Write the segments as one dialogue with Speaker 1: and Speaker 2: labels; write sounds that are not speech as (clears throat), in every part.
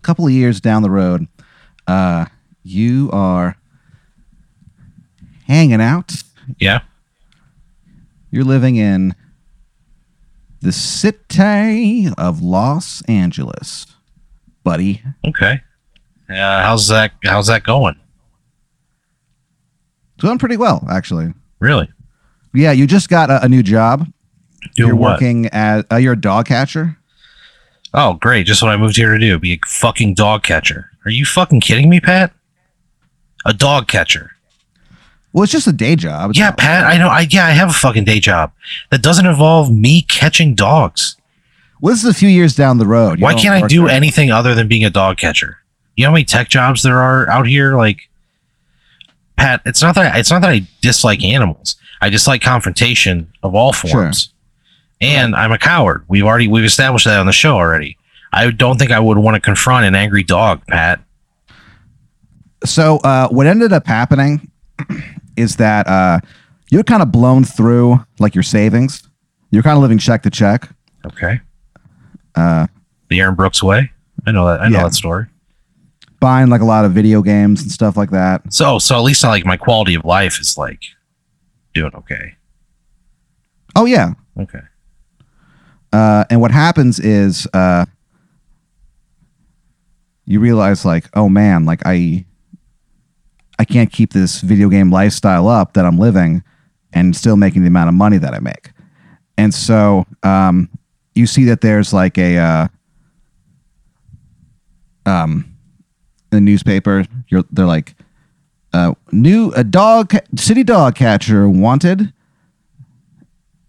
Speaker 1: couple of years down the road, uh, you are hanging out.
Speaker 2: Yeah.
Speaker 1: You're living in the city of Los Angeles, buddy.
Speaker 2: Okay. Uh, how's that? How's that going?
Speaker 1: Doing pretty well, actually.
Speaker 2: Really?
Speaker 1: Yeah, you just got a, a new job.
Speaker 2: Doing
Speaker 1: you're
Speaker 2: what?
Speaker 1: working as uh, you're a dog catcher.
Speaker 2: Oh, great! Just what I moved here to do: be a fucking dog catcher. Are you fucking kidding me, Pat? A dog catcher.
Speaker 1: Well, it's just a day job. It's
Speaker 2: Yeah,
Speaker 1: not-
Speaker 2: Pat. I know. I yeah, I have a fucking day job that doesn't involve me catching dogs.
Speaker 1: Well, this is a few years down the road. You
Speaker 2: Why
Speaker 1: don't
Speaker 2: can't I
Speaker 1: work
Speaker 2: do
Speaker 1: there.
Speaker 2: anything other than being a dog catcher? You know how many tech jobs there are out here? Like, Pat, it's not that it's not that I dislike animals. I dislike confrontation of all
Speaker 1: Sure.
Speaker 2: forms, and I'm a coward. We've already we've established that on the show already. I don't think I would want to confront an angry dog, Pat.
Speaker 1: So, uh, what ended up happening (clears throat) is that uh, you're kind of blown through like your savings. You're kind of living check to check.
Speaker 2: Okay,
Speaker 1: Uh,
Speaker 2: the Aaron Brooks way. I know that. I know
Speaker 1: Yeah.
Speaker 2: that story.
Speaker 1: buying like a lot of video games and stuff like that.
Speaker 2: So, so at least I, like my quality of life is like doing okay.
Speaker 1: Oh yeah.
Speaker 2: Okay.
Speaker 1: Uh, and what happens is uh, you realize like, oh man, like I I can't keep this video game lifestyle up that I'm living and still making the amount of money that I make. And so um, you see that there's like a uh, um, in the newspaper, you're, they're like, uh, new a dog ca- city dog catcher wanted.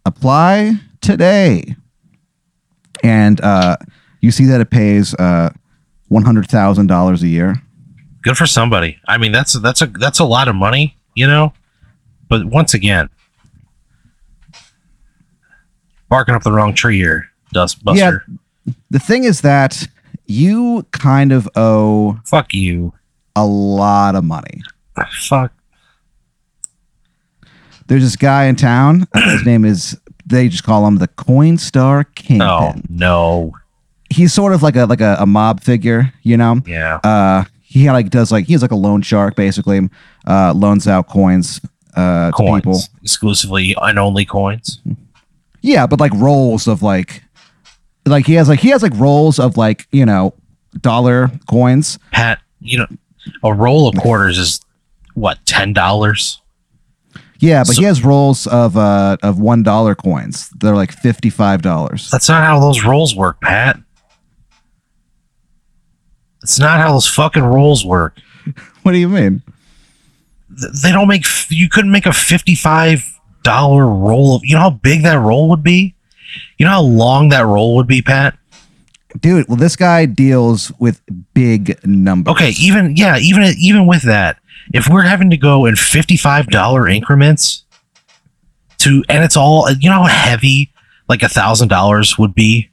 Speaker 1: Apply today and uh, you see that it pays uh, one hundred thousand dollars a year.
Speaker 2: good for somebody. I mean, that's that's a that's a lot of money, you know. But once again, barking up the wrong tree here, Dust Buster.
Speaker 1: The thing is that you kind of owe
Speaker 2: Fuck you.
Speaker 1: a lot of money.
Speaker 2: Fuck.
Speaker 1: There's this guy in town. (clears throat) uh, His name is they just call him the Coinstar Kingpin.
Speaker 2: Oh no.
Speaker 1: He's sort of like a like a, a mob figure, you know.
Speaker 2: Yeah.
Speaker 1: Uh, he like does like he's like a loan shark basically. Uh, loans out coins uh, to
Speaker 2: Coins
Speaker 1: people.
Speaker 2: exclusively and only coins.
Speaker 1: Yeah, but like rolls of like like he has like he has like rolls of like, you know, dollar coins.
Speaker 2: Pat, you know, a roll of quarters is what ten dollars.
Speaker 1: Yeah, but
Speaker 2: So-
Speaker 1: he has rolls of uh of one dollar coins. They're like fifty five dollars.
Speaker 2: That's not how those rolls work, Pat. That's not how those fucking rolls work.
Speaker 1: (laughs) What do you mean?
Speaker 2: th- they don't make f- you couldn't make a $55 roll of you know how big that roll would be you know how long that roll would be pat
Speaker 1: Dude, well this guy deals with big numbers.
Speaker 2: okay even yeah even even with that if we're having to go in $55 increments to and it's all you know how heavy like a thousand dollars would be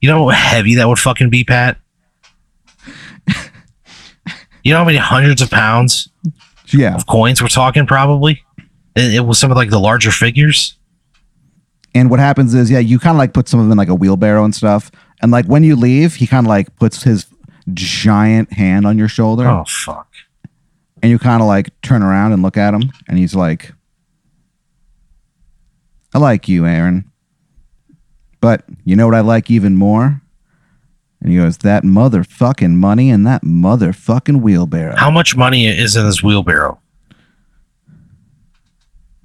Speaker 2: you know how heavy that would fucking be pat you know how many hundreds of pounds
Speaker 1: Yeah.
Speaker 2: of coins we're talking probably it, it was some of like the larger figures
Speaker 1: And what happens is, yeah, you kind of like put some of them in like a wheelbarrow and stuff. And like when you leave, he kind of like puts his giant hand on your shoulder
Speaker 2: oh fuck
Speaker 1: and you kind of like turn around and look at him and he's like i like you aaron but you know what i like even more and he goes that motherfucking money and that motherfucking wheelbarrow
Speaker 2: How much money is in this wheelbarrow?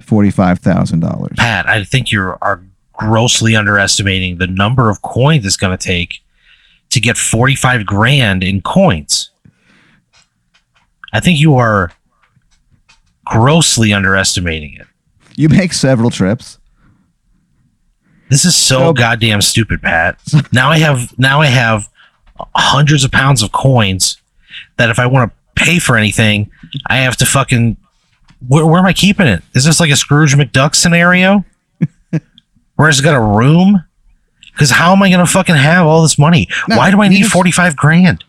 Speaker 1: $45000
Speaker 2: Pat, I think you are grossly underestimating the number of coins it's going to take to get 45 grand in coins. I think you are grossly underestimating it.
Speaker 1: you make several trips
Speaker 2: This is so
Speaker 1: Nope.
Speaker 2: goddamn stupid, Pat. Now I have now I have hundreds of pounds of coins that if I want to pay for anything, I have to fucking where, where am I keeping it? Is this like a Scrooge
Speaker 1: (laughs)
Speaker 2: McDuck scenario? where I just got a room? Because how am I gonna fucking have all this money?
Speaker 1: No,
Speaker 2: Why do I
Speaker 1: you
Speaker 2: need
Speaker 1: just-
Speaker 2: forty five grand?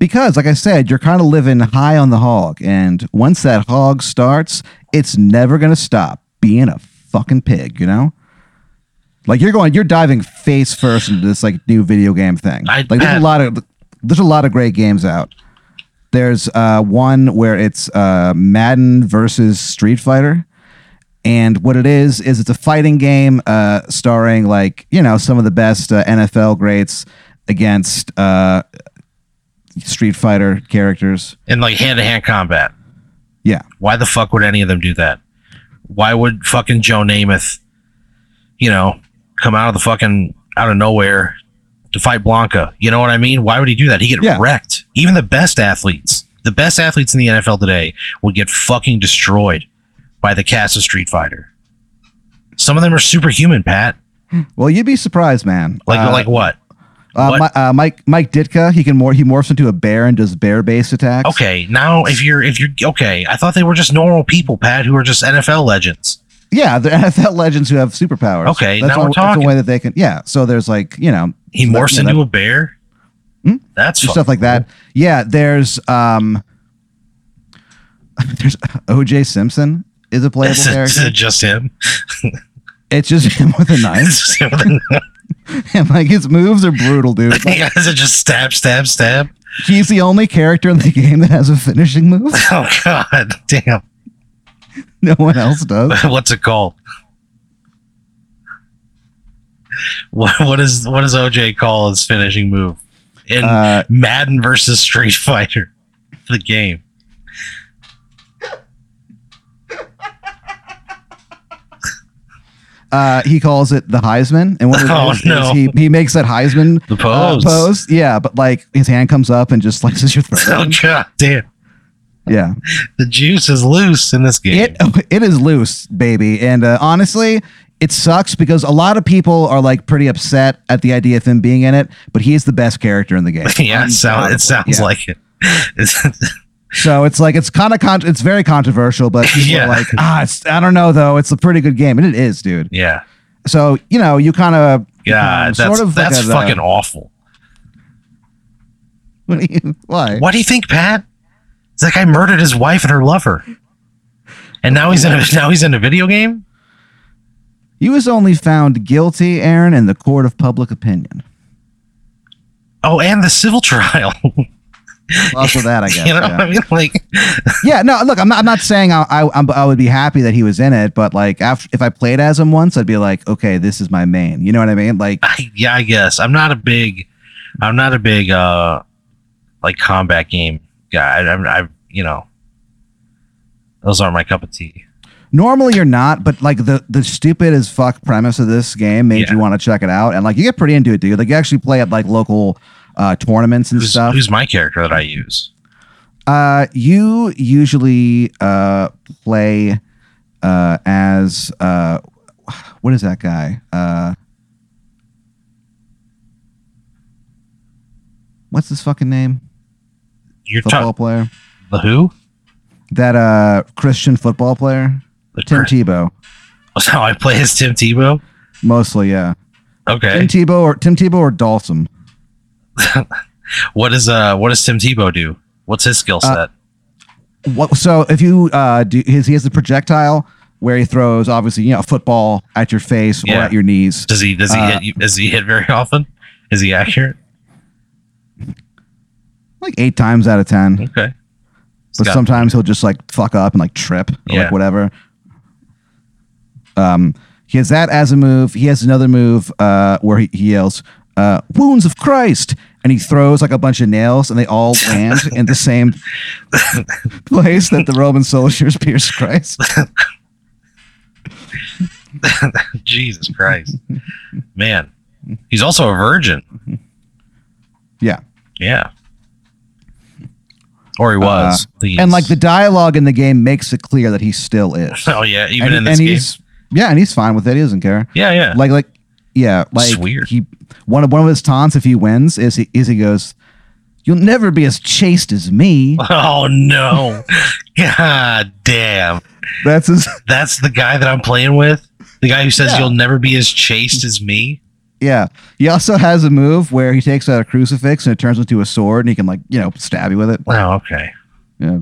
Speaker 1: because like i said you're kind of living high on the hog and once that hog starts it's never going to stop being a fucking pig you know like you're going you're diving face first into this like new video game thing
Speaker 2: I-
Speaker 1: like there's a
Speaker 2: Pat,
Speaker 1: lot of there's a lot of great games out. There's uh, one where it's uh, Madden versus Street Fighter, and what it is is it's a fighting game uh, starring like you know some of the best uh, NFL greats against uh, Street Fighter characters.
Speaker 2: and like hand to hand combat.
Speaker 1: Yeah.
Speaker 2: Why the fuck would any of them do that? Why would fucking Joe Namath, you know, come out of the fucking out of nowhere to fight Blanca? You know what I mean? Why would he do that? He get
Speaker 1: Yeah.
Speaker 2: wrecked. Even the best athletes, the best athletes in the NFL today would get fucking destroyed by the cast of Street Fighter. Some of them are superhuman, Pat.
Speaker 1: Well, you'd be surprised, man.
Speaker 2: Like
Speaker 1: Uh,
Speaker 2: like what?
Speaker 1: uh,
Speaker 2: what?
Speaker 1: Mi- uh, Mike Mike Ditka, he can more he morphs into a bear and does bear based attacks.
Speaker 2: Okay, now if you're if you're okay, I thought they were just normal people, Pat, who are just NFL legends.
Speaker 1: Yeah, the (laughs) NFL legends who have superpowers.
Speaker 2: Okay,
Speaker 1: that's
Speaker 2: now
Speaker 1: one-
Speaker 2: we're
Speaker 1: That's
Speaker 2: talking.
Speaker 1: a way that they can. Yeah, so there's like you know
Speaker 2: He
Speaker 1: so that-
Speaker 2: morphs
Speaker 1: you know,
Speaker 2: into a bear.
Speaker 1: Hmm?
Speaker 2: That's
Speaker 1: that-
Speaker 2: fucking
Speaker 1: stuff like that. Yeah, there's um, (laughs) there's OJ Simpson is a
Speaker 2: cool.
Speaker 1: playable
Speaker 2: (laughs) Is it- is
Speaker 1: character.
Speaker 2: it
Speaker 1: (laughs)
Speaker 2: just him?
Speaker 1: It's just him with a knife,
Speaker 2: Is (laughs) it
Speaker 1: (laughs) and like his moves are brutal,
Speaker 2: (laughs)
Speaker 1: dude. Like,
Speaker 2: just stab, stab, stab? (laughs)
Speaker 1: he's the only character in the (laughs) game that has a finishing move. (laughs)
Speaker 2: Oh god, damn! (laughs)
Speaker 1: No one else does.
Speaker 2: What's it called? What what is what does OJ call his finishing move in
Speaker 1: Uh,
Speaker 2: Madden versus Street Fighter, (laughs) the game?
Speaker 1: uh, he calls it the Heisman, and what
Speaker 2: (laughs)
Speaker 1: it
Speaker 2: Oh,
Speaker 1: is is
Speaker 2: no.
Speaker 1: he he makes that Heisman
Speaker 2: The
Speaker 1: uh,
Speaker 2: (laughs) pose.
Speaker 1: pose. Yeah, but like his hand comes up and just (laughs) slices your throat.
Speaker 2: Oh god, damn!
Speaker 1: Yeah.
Speaker 2: The juice is loose in this game. (laughs)
Speaker 1: It oh, it is loose, baby, and uh, honestly, it sucks because a lot of people are like pretty upset at the idea of him being in it, but he is the best character in the
Speaker 2: (laughs)
Speaker 1: game.
Speaker 2: yeah, it, sound, it sounds
Speaker 1: um, Yeah.
Speaker 2: like it. (laughs) It's- (laughs)
Speaker 1: So it's like it's kind of con- it's very controversial, but people
Speaker 2: Yeah.
Speaker 1: are like ah, it's, I don't know though, it's a pretty good game, and it is, dude.
Speaker 2: yeah,
Speaker 1: So you know, you kind (laughs) Um, of uh,
Speaker 2: yeah. That's that's fucking awful.
Speaker 1: fucking why
Speaker 2: What do you think, Pat? It's that guy murdered his wife and her lover, and now he's in a now he's in a video game.
Speaker 1: he was only found guilty, Aaron, in the court of public opinion.
Speaker 2: Oh, and the civil (laughs) trial.
Speaker 1: Also that, I guess.
Speaker 2: (laughs) you know
Speaker 1: yeah.
Speaker 2: what I mean? Like,
Speaker 1: yeah no look i'm not, I'm not saying I, I, I'm- I would be happy that he was in it but like after, if i played as him once i'd be like okay this is my main you know what i mean like
Speaker 2: I, yeah, I guess I'm not a big, I'm not a big uh, like combat game guy. I, I'm, I, you know, those aren't my cup of tea.
Speaker 1: normally you're not but like the the stupid as fuck premise of this game made
Speaker 2: Yeah.
Speaker 1: you want to check it out and like you get pretty into it dude like you actually play at like local uh tournaments and
Speaker 2: Who's,
Speaker 1: stuff
Speaker 2: who's my character that I use?
Speaker 1: uh you usually uh play uh as uh what is that guy uh what's his fucking name
Speaker 2: You're
Speaker 1: football
Speaker 2: talking
Speaker 1: player.
Speaker 2: the who?
Speaker 1: That uh Christian football player,
Speaker 2: The
Speaker 1: Tim
Speaker 2: (laughs) Chris-
Speaker 1: Tebow,
Speaker 2: So I play as Tim Tebow.
Speaker 1: mostly. Yeah,
Speaker 2: Okay.
Speaker 1: Tim Tebow or Tim Tebow or Dalsum.
Speaker 2: What is uh? What does Tim Tebow do? What's his skill
Speaker 1: Uh,
Speaker 2: set?
Speaker 1: What? So if you uh do his, he has the projectile where he throws obviously you know a football at your face or
Speaker 2: Yeah.
Speaker 1: at your knees.
Speaker 2: Does he does he
Speaker 1: Uh,
Speaker 2: hit you, does he hit very often? Is he accurate?
Speaker 1: Like eight times out of ten, but
Speaker 2: Okay. Scott-
Speaker 1: sometimes he'll just like fuck up and like trip or
Speaker 2: Yeah.
Speaker 1: like whatever. Um, he has that as a move. He has another move uh where he, he yells uh wounds of Christ. And he throws like a bunch of nails, and they all
Speaker 2: (laughs)
Speaker 1: land in the same place that the Roman soldiers pierced Christ.
Speaker 2: (laughs) Jesus Christ, man, he's also a virgin.
Speaker 1: (laughs) Yeah.
Speaker 2: Yeah. Or he was. He
Speaker 1: Uh, And
Speaker 2: is.
Speaker 1: like the dialogue in the game makes it clear that he still is.
Speaker 2: (laughs) oh yeah, (laughs) even
Speaker 1: and
Speaker 2: in this
Speaker 1: and
Speaker 2: game.
Speaker 1: he's yeah, and he's fine with it. He doesn't care.
Speaker 2: Yeah,
Speaker 1: (laughs)
Speaker 2: yeah. (laughs)
Speaker 1: Like like yeah,
Speaker 2: It's
Speaker 1: like
Speaker 2: weird.
Speaker 1: he one of one of his taunts if he wins is he is he goes, You'll never be as chaste as
Speaker 2: (laughs)
Speaker 1: me.
Speaker 2: oh no, (laughs) god damn,
Speaker 1: That's his
Speaker 2: that's the guy that I'm playing with. The guy who says
Speaker 1: Yeah.
Speaker 2: you'll never be as chaste as me.
Speaker 1: yeah. He also has a move where he takes out a crucifix and it turns into a sword and he can like, you know, stab you with it.
Speaker 2: Oh, okay.
Speaker 1: Yeah.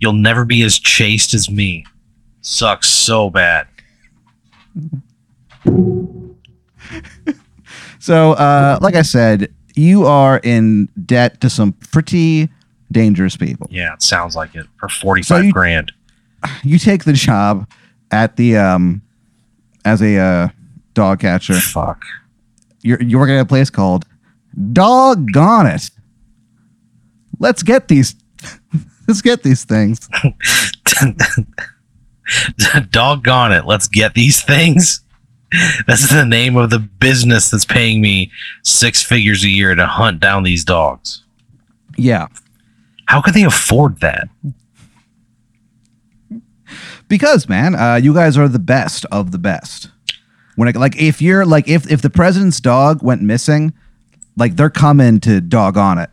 Speaker 2: You'll never be as chaste as me. Sucks so bad.
Speaker 1: So, uh, like I said, you are in debt to some pretty dangerous people.
Speaker 2: Yeah, it sounds like it for forty
Speaker 1: So
Speaker 2: five
Speaker 1: you-
Speaker 2: grand.
Speaker 1: You take the job at the um as a uh, dog catcher.
Speaker 2: Fuck. (laughs)
Speaker 1: You're you're working at a place called Doggone It. Let's get these (laughs) let's get these things.
Speaker 2: Doggone it. Let's get these things. That's the name of the business that's paying me six figures a year to hunt down these dogs.
Speaker 1: Yeah.
Speaker 2: How could they afford that?
Speaker 1: because man uh, you guys are the best of the best when it, like if you're like if if the president's dog went missing like they're coming to dog on it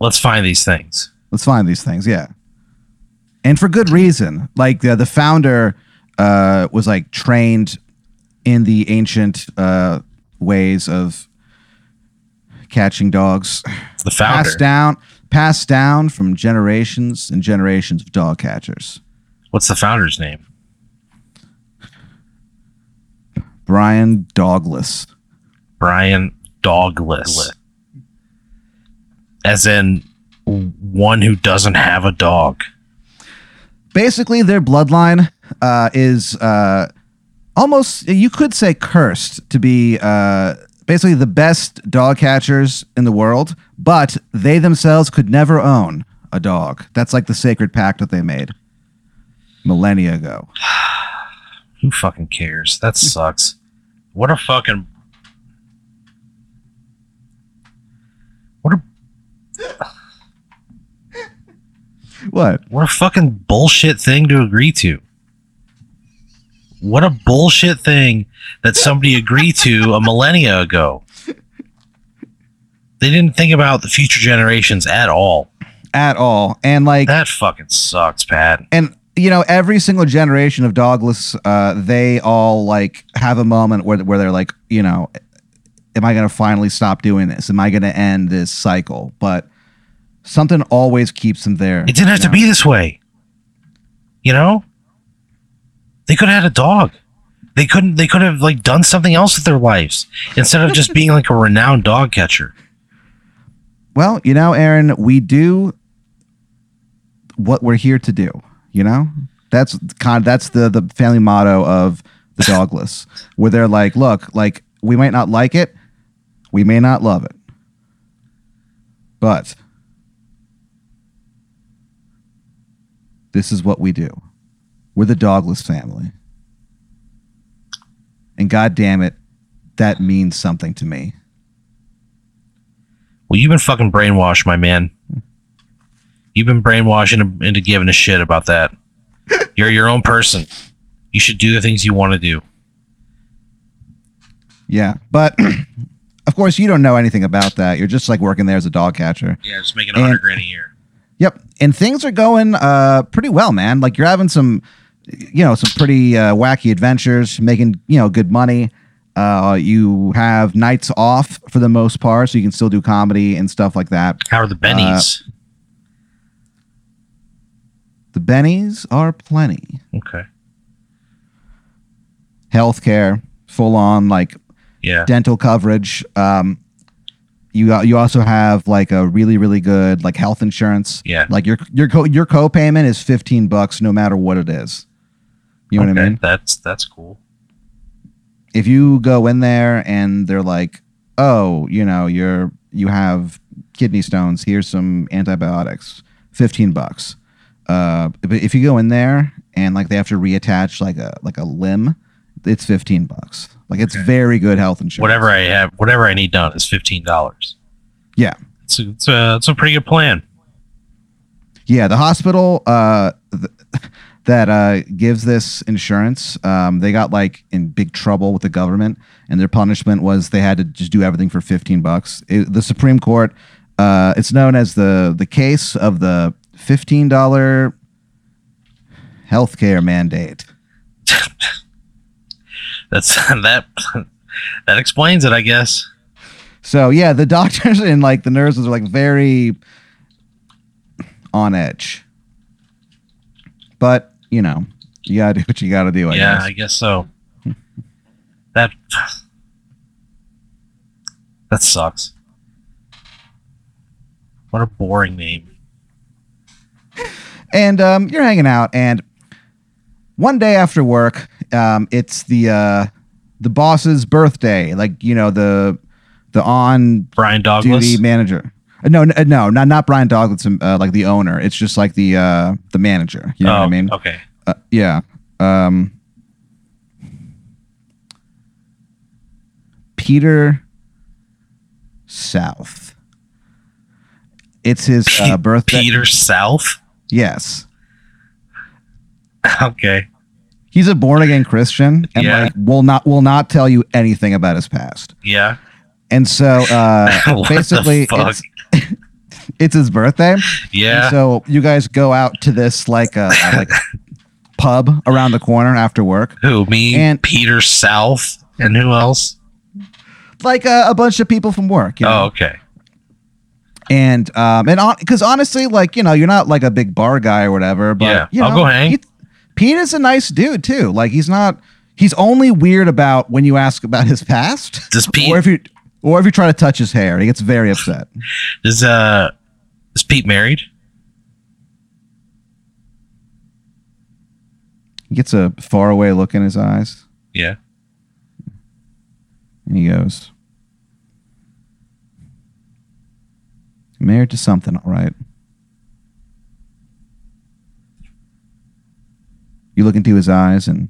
Speaker 2: Let's find these things.
Speaker 1: let's find these things yeah and for good reason like the, the founder uh, was like trained in the ancient uh, ways of catching dogs
Speaker 2: The founder.
Speaker 1: passed down passed down from generations and generations of dog catchers
Speaker 2: What's the founder's name?
Speaker 1: brian dogless
Speaker 2: Brian Dogless. As in one who doesn't have a dog.
Speaker 1: basically their bloodline uh, is uh, almost you could say cursed to be uh, basically the best dog catchers in the world but they themselves could never own a dog that's like the sacred pact that they made millennia ago
Speaker 2: Who fucking cares? That sucks. What a fucking. What a
Speaker 1: what
Speaker 2: What a fucking bullshit thing to agree to. What a bullshit thing that somebody agreed to a millennia ago. They didn't think about the future generations at all.
Speaker 1: at all and like
Speaker 2: That fucking sucks, Pat.
Speaker 1: and you know every single generation of dogless uh, they all like have a moment where, where they're like you know am i going to finally stop doing this am i going to end this cycle but something always keeps them there
Speaker 2: It didn't have to be this way. You know? They could have had a dog. They couldn't they could have like done something else with their lives instead of just being like a renowned dog catcher.
Speaker 1: well you know aaron we do what we're here to do you know that's kind that's the the family motto of the (laughs) dogless where they're like look like we might not like it we may not love it but this is what we do we're the dogless family and god damn it that means something to me
Speaker 2: Well, you've been fucking brainwashed, my man. You've been brainwashed into, into giving a shit about that. You're your own person. You should do the things you want to do.
Speaker 1: Yeah, but (clears throat) of course you don't know anything about that. You're just like working there as a dog catcher.
Speaker 2: Yeah, just making
Speaker 1: a hundred And-
Speaker 2: grand a year.
Speaker 1: Yep, and things are going uh, pretty well, man. Like you're having some, you know, some pretty uh, wacky adventures, making you know good money. Uh, you have nights off for the most part, so you can still do comedy and stuff like that.
Speaker 2: How are the bennies?
Speaker 1: Uh, The bennies are plenty.
Speaker 2: okay.
Speaker 1: Healthcare, full on like
Speaker 2: Yeah.
Speaker 1: dental coverage. Um, you you also have like a really really good like health insurance.
Speaker 2: Yeah.
Speaker 1: Like your your co your copayment is fifteen bucks no matter what it is. You know what I
Speaker 2: Okay,
Speaker 1: mean?
Speaker 2: That's that's cool.
Speaker 1: If you go in there and they're like, oh, you know, you're you have kidney stones. Here's some antibiotics. Fifteen bucks. Uh, but if you go in there and like they have to reattach like a like a limb, it's fifteen bucks. Like it's very good health insurance.
Speaker 2: Whatever I have, whatever I need done is fifteen dollars.
Speaker 1: Yeah.
Speaker 2: It's a, it's a it's a pretty good plan.
Speaker 1: Yeah, the hospital uh, th- that uh, gives this insurance, um, they got like in big trouble with the government, and their punishment was they had to just do everything for fifteen bucks. It, the Supreme Court, uh, it's known as the the case of the fifteen dollar healthcare mandate.
Speaker 2: That's (laughs) that that explains it, I guess.
Speaker 1: So yeah, the (laughs) doctors and like the nurses are like very on edge, but you know. You gotta do what you gotta do. I
Speaker 2: yeah,
Speaker 1: guess.
Speaker 2: I guess so. That that sucks. What a boring name.
Speaker 1: and um, you're hanging out and one day after work um, it's the uh, the boss's birthday like you know the the on
Speaker 2: Brian Douglas.
Speaker 1: duty manager Uh, no n- no not not brian douglas um, uh, like the owner it's just like the uh the manager you know what i
Speaker 2: Oh,
Speaker 1: mean
Speaker 2: Okay.
Speaker 1: uh, yeah um peter south it's his uh,
Speaker 2: Pe-
Speaker 1: birthday
Speaker 2: Peter South. (laughs)
Speaker 1: yes
Speaker 2: Okay.
Speaker 1: He's a born again Christian and
Speaker 2: Yeah.
Speaker 1: like will not will not tell you anything about his past.
Speaker 2: Yeah. (laughs)
Speaker 1: And so uh
Speaker 2: What the
Speaker 1: basically
Speaker 2: fuck?
Speaker 1: it's, (laughs) it's his birthday. And
Speaker 2: Yeah.
Speaker 1: so you guys go out to this like uh uh,
Speaker 2: (laughs)
Speaker 1: like pub around the corner after work.
Speaker 2: who? Me.
Speaker 1: and-
Speaker 2: Peter South. And who else?
Speaker 1: Like uh, a bunch of people from work, you know.
Speaker 2: Oh, okay.
Speaker 1: And um and on cuz honestly like you know you're not like a big bar guy or whatever, but
Speaker 2: Yeah,
Speaker 1: you
Speaker 2: I'll
Speaker 1: know,
Speaker 2: go hang.
Speaker 1: He, Pete is a nice dude too. Like he's not he's only weird about when you ask about his past.
Speaker 2: Does Pete
Speaker 1: (laughs) or if you or if you try to touch his hair, he gets very upset.
Speaker 2: is uh is Pete married?
Speaker 1: He gets a faraway look in his eyes,
Speaker 2: Yeah.
Speaker 1: and he goes, "Married to something, all right." You look into his eyes, and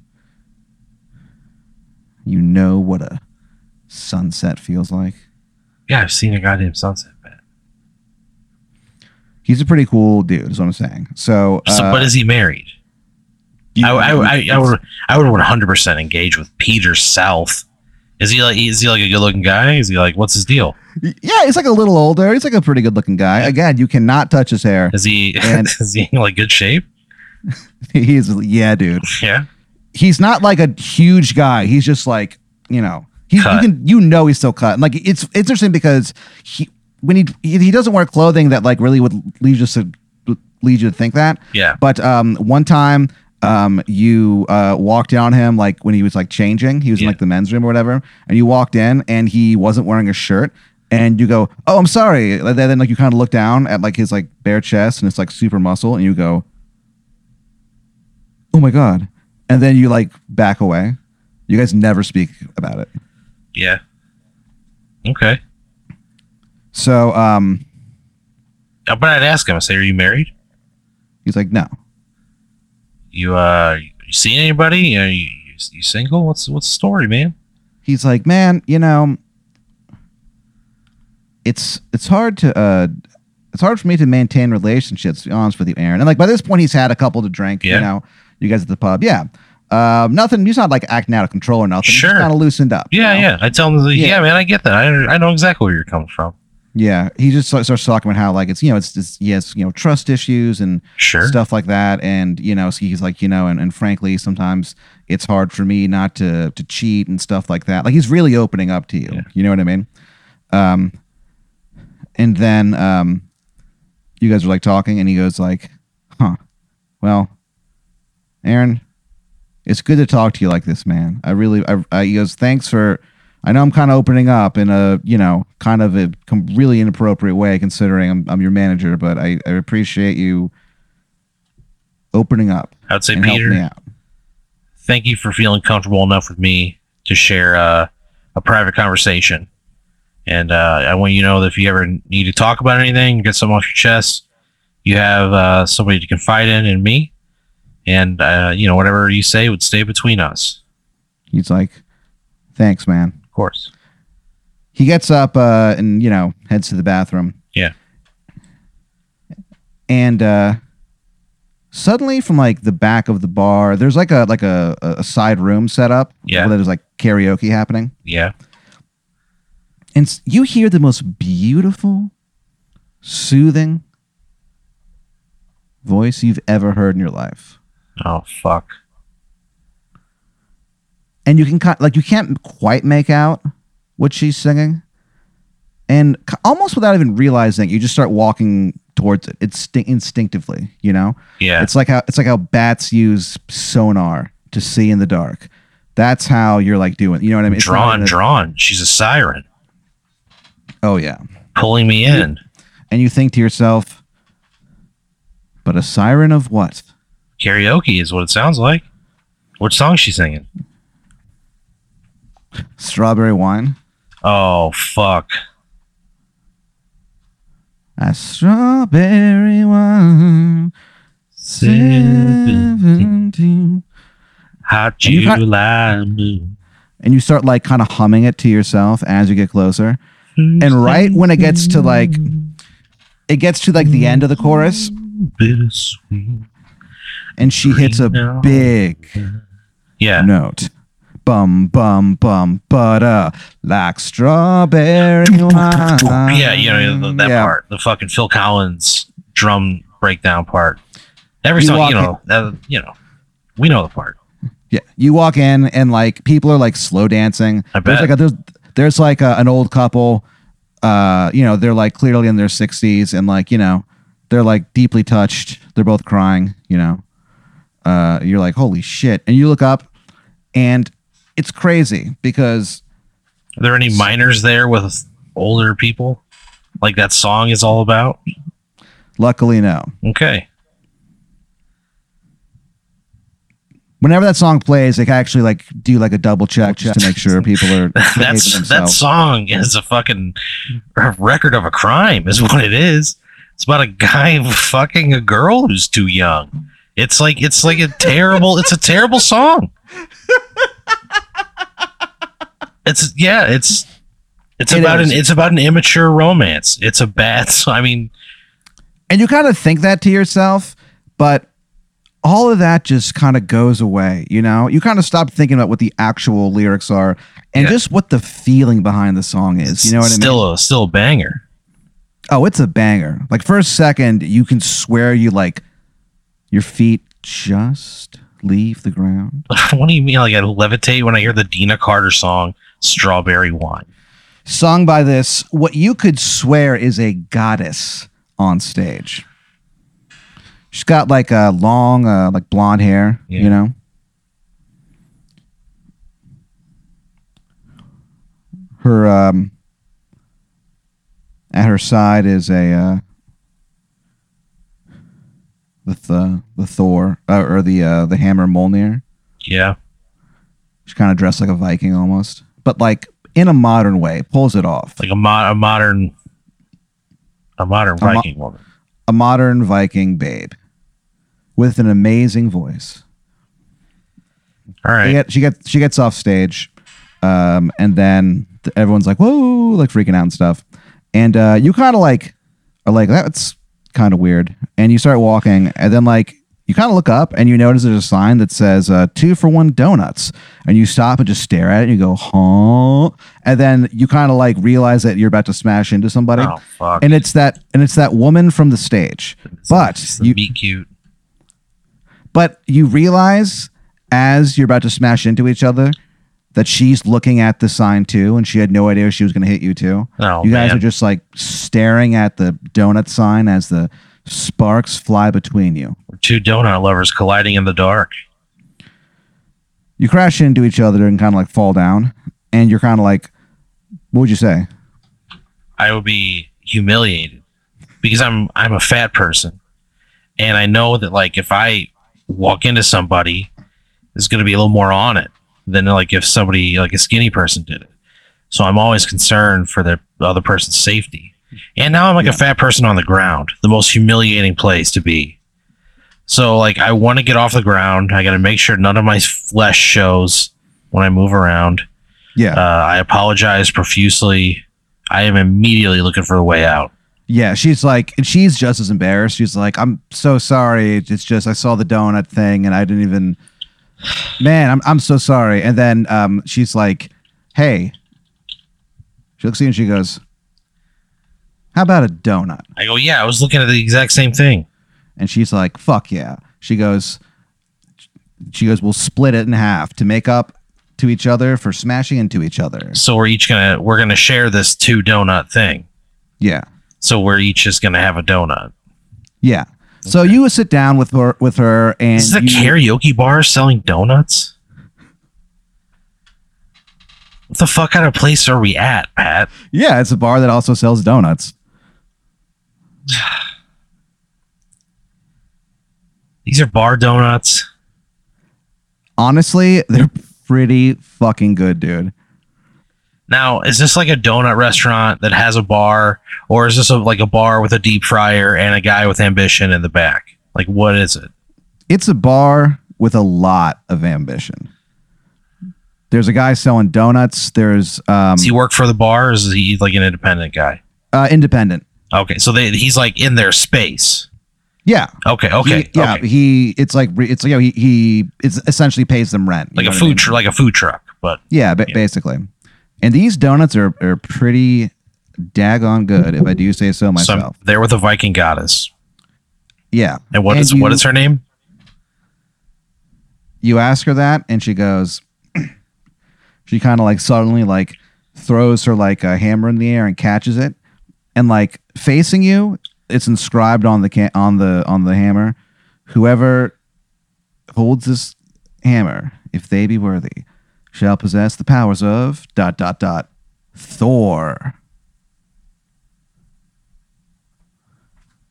Speaker 1: you know what a sunset feels like.
Speaker 2: Yeah, I've seen a goddamn sunset. man.
Speaker 1: He's a pretty cool dude, is what I'm saying. So,
Speaker 2: So,
Speaker 1: uh,
Speaker 2: but is he married?
Speaker 1: you-
Speaker 2: I, I,
Speaker 1: (laughs)
Speaker 2: I, I would I would one hundred percent engage with Peter South. Is he like is he like a good looking guy? Is he like what's his deal?
Speaker 1: yeah, he's like a little older. He's like a pretty good looking guy. Again, you cannot touch his hair.
Speaker 2: Is he (laughs)
Speaker 1: And-
Speaker 2: is he in like good shape?
Speaker 1: He's yeah, dude.
Speaker 2: Yeah.
Speaker 1: He's not like a huge guy. He's just like you know. He, you
Speaker 2: Cut.
Speaker 1: can you know he's still cut. And, Like it's it's interesting because he when he he he doesn't wear clothing that like really would lead you to lead you to think that.
Speaker 2: Yeah.
Speaker 1: But um, one time um, you uh, walked in on him like when he was like changing. He was in
Speaker 2: Yeah.
Speaker 1: like the men's room or whatever, and you walked in and he wasn't wearing a shirt. And you go, oh, I'm sorry. And then like you kind of look down at like his like bare chest and it's like super muscle, and you go, oh my god. And then you like back away. You guys never speak about it.
Speaker 2: Yeah. Okay.
Speaker 1: So um,
Speaker 2: Uh, But I'd ask him. I say, "Are you married?
Speaker 1: he's like, no.
Speaker 2: You uh, you seen anybody? You know, you, you, you single? What's what's the story, man?
Speaker 1: he's like, man, you know, it's it's hard to uh, it's hard for me to maintain relationships. To be honest with you, Aaron. And like by this point, he's had a couple to drink.
Speaker 2: Yeah.
Speaker 1: You know, you guys at the pub, yeah. Um, nothing. He's not like acting out of control or nothing.
Speaker 2: Sure.
Speaker 1: He's kind of loosened up. you
Speaker 2: Yeah,
Speaker 1: know?
Speaker 2: yeah. I tell him, like, yeah.
Speaker 1: Yeah.
Speaker 2: man, I get that. I, I know exactly where you're coming from.
Speaker 1: yeah. He just starts starts talking about how like it's you know it's, it's yes you know trust issues and
Speaker 2: Sure.
Speaker 1: stuff like that. And you know, so he's like, you know, and, and frankly, sometimes it's hard for me not to to cheat and stuff like that. Like he's really opening up to you.
Speaker 2: Yeah.
Speaker 1: You know what I mean? Um, and then um, you guys are like talking, and he goes like, "Huh? Well, Aaron, it's good to talk to you like this, man. I really, I, I he goes, thanks for." I know I'm kind of opening up in a, you know, kind of a com- really inappropriate way, considering I'm, I'm your manager, but I, I appreciate you opening up
Speaker 2: I'd say,
Speaker 1: and helping me
Speaker 2: Peter,
Speaker 1: out.
Speaker 2: thank you for feeling comfortable enough with me to share uh, a private conversation. And uh, I want you to know that if you ever need to talk about anything, get something off your chest, you have uh, somebody to confide in and me. And, uh, you know, whatever you say would stay between us.
Speaker 1: He's like, thanks, man.
Speaker 2: Of course.
Speaker 1: He gets up uh, and, you know, heads to the bathroom.
Speaker 2: Yeah.
Speaker 1: And uh, suddenly from like the back of the bar, there's like a like a, a a side room set up
Speaker 2: Yeah.
Speaker 1: where there's like karaoke happening.
Speaker 2: Yeah.
Speaker 1: And s- you hear the most beautiful, soothing voice you've ever heard in your life.
Speaker 2: Oh, fuck.
Speaker 1: And you can ki- like you can't quite make out what she's singing. And ki- almost without even realizing, it, you just start walking towards it. It's sti- instinctively, you know?
Speaker 2: Yeah.
Speaker 1: It's like how it's like how bats use sonar to see in the dark. That's how you're like doing. You know what I mean? It's not
Speaker 2: drawn,
Speaker 1: even a-
Speaker 2: drawn. She's a siren
Speaker 1: Oh yeah.
Speaker 2: pulling me in.
Speaker 1: and you think to yourself, but a siren of what?
Speaker 2: Karaoke is what it sounds like. What song is she singing?
Speaker 1: Strawberry wine.
Speaker 2: Oh fuck.
Speaker 1: A strawberry wine. Seventeen.
Speaker 2: Hot
Speaker 1: And you got-
Speaker 2: July moon.
Speaker 1: And you start like kind of humming it to yourself as you get closer. And right when it gets to like, it gets to like
Speaker 2: Mm.
Speaker 1: the end of the chorus,
Speaker 2: Bittersweet.
Speaker 1: and she hits a big
Speaker 2: Yeah.
Speaker 1: note. Bum bum bum butter like
Speaker 2: (laughs)
Speaker 1: strawberry wine.
Speaker 2: Yeah, you know that
Speaker 1: Yeah.
Speaker 2: part, the fucking Phil Collins drum breakdown part. Every
Speaker 1: You
Speaker 2: song,
Speaker 1: walk
Speaker 2: you know, that, you know, we know the part.
Speaker 1: Yeah, you walk in and like people are like slow dancing.
Speaker 2: I
Speaker 1: There's
Speaker 2: bet.
Speaker 1: like a, there's, there's like a, an old couple. Uh, you know, they're like clearly in their 60s and like you know, they're like deeply touched. They're both crying. You know, uh, you're like holy shit, and you look up, and it's crazy because
Speaker 2: Are there any minors there with older people? Like that song is all about?
Speaker 1: luckily no.
Speaker 2: Okay.
Speaker 1: Whenever that song plays, they actually like do like a double check just to make sure people are behaving
Speaker 2: (laughs) That's that
Speaker 1: themselves.
Speaker 2: song is a fucking record of a crime, is what it is. It's about a guy (laughs) fucking a girl who's too young. It's like it's like a terrible it's a terrible song. It's yeah, it's it's
Speaker 1: It
Speaker 2: about
Speaker 1: is.
Speaker 2: an it's about an immature romance. It's a bad so- I mean
Speaker 1: And you kind of think that to yourself, but all of that just kind of goes away, you know? You kind of stop thinking about what the actual lyrics are and
Speaker 2: Yeah.
Speaker 1: just what the feeling behind the song is. You know what I mean?
Speaker 2: still a still a banger. (laughs)
Speaker 1: Oh, it's a banger. Like for a second, you can swear you like your feet just leave the ground.
Speaker 2: what do you mean like I levitate when I hear the Dina Carter song Strawberry Wine?
Speaker 1: Sung by this, what you could swear is a goddess on stage. She's got like a long, uh, like blonde hair,
Speaker 2: Yeah.
Speaker 1: you know? Her, um, at her side is a, uh, the, th- the Thor, uh, or the, uh, the hammer Mjolnir.
Speaker 2: Yeah.
Speaker 1: She's kind of dressed like a Viking almost, but like in a modern way, pulls it off.
Speaker 2: like a, mo- a modern a modern
Speaker 1: mo-
Speaker 2: Viking woman.
Speaker 1: a modern Viking babe with an amazing voice. She,
Speaker 2: All right.
Speaker 1: get, she gets she gets off stage, um, and then th- everyone's like, "Whoa!" like freaking out and stuff. And uh, you kind of like are like, "That's kind of weird." And you start walking, and then like you kind of look up and you notice there's a sign that says uh, two for one donuts, and you stop and just stare at it, and you go, "Huh?" And then you kind of like realize that you're about to smash into somebody,
Speaker 2: Oh fuck.
Speaker 1: and it's that and it's that woman from the stage. But
Speaker 2: It's the
Speaker 1: you
Speaker 2: meet cute.
Speaker 1: But you realize as you're about to smash into each other that she's looking at the sign too, and she had no idea she was going to hit you too.
Speaker 2: Oh
Speaker 1: you guys
Speaker 2: man.
Speaker 1: are just like staring at the donut sign as the sparks fly between you.
Speaker 2: Two donut lovers colliding in the dark.
Speaker 1: You crash into each other and kind of like fall down, and you're kind of like, what would you say?
Speaker 2: I would be humiliated because I'm I'm a fat person, and I know that like if I walk into somebody, there's going to be a little more on it than like if somebody like a skinny person did it. So I'm always concerned for the other person's safety. And now I'm like
Speaker 1: Yeah.
Speaker 2: a fat person on the ground, the most humiliating place to be. So like I want to get off the ground. I got to make sure none of my flesh shows when I move around.
Speaker 1: Yeah,
Speaker 2: Uh, I apologize profusely. I am immediately looking for a way out.
Speaker 1: yeah. She's like, and she's just as embarrassed. She's like, I'm so sorry. It's just I saw the donut thing, and I didn't even. Man, I'm I'm so sorry. And then um, she's like, "Hey." She looks at you and she goes, "How about a donut?"
Speaker 2: I go, yeah, I was looking at the exact same thing.
Speaker 1: And she's like, "Fuck yeah." She goes, "She goes, we'll split it in half to make up to each other for smashing into each other."
Speaker 2: So we're each gonna we're gonna share this two donut thing.
Speaker 1: Yeah.
Speaker 2: So we're each just gonna have a donut.
Speaker 1: Yeah. So you would sit down with her with her and
Speaker 2: Is the
Speaker 1: you-
Speaker 2: karaoke bar selling donuts? What the fuck kind of place are we at, Pat?
Speaker 1: Yeah, it's a bar that also sells donuts.
Speaker 2: These are bar donuts.
Speaker 1: Honestly, they're pretty fucking good, dude.
Speaker 2: Now, is this like a donut restaurant that has a bar, or is this a, like a bar with a deep fryer and a guy with ambition in the back? Like, what is it?
Speaker 1: It's a bar with a lot of ambition. There's a guy selling donuts. There's um,
Speaker 2: Does he work for the bar, or is he like an independent guy?
Speaker 1: uh, independent.
Speaker 2: Okay, so they, he's like in their space.
Speaker 1: Yeah.
Speaker 2: Okay, okay,
Speaker 1: He- yeah.
Speaker 2: okay.
Speaker 1: He. It's like re- it's you know, he he it's essentially pays them rent. you
Speaker 2: like
Speaker 1: know
Speaker 2: a
Speaker 1: what I
Speaker 2: food,
Speaker 1: mean?
Speaker 2: tr- like a food truck, but
Speaker 1: Yeah, ba-
Speaker 2: Yeah.
Speaker 1: basically. And these donuts are are pretty daggone good, if I do say so
Speaker 2: so I'm
Speaker 1: myself.
Speaker 2: there with a Viking goddess.
Speaker 1: yeah.
Speaker 2: And what
Speaker 1: And
Speaker 2: is what
Speaker 1: you-
Speaker 2: is her name?
Speaker 1: you ask her that and she goes (clears throat) she kind of like suddenly like throws her like a hammer in the air and catches it and like facing you it's inscribed on the ca- on the on the hammer whoever holds this hammer if they be worthy shall possess the powers of dot dot dot thor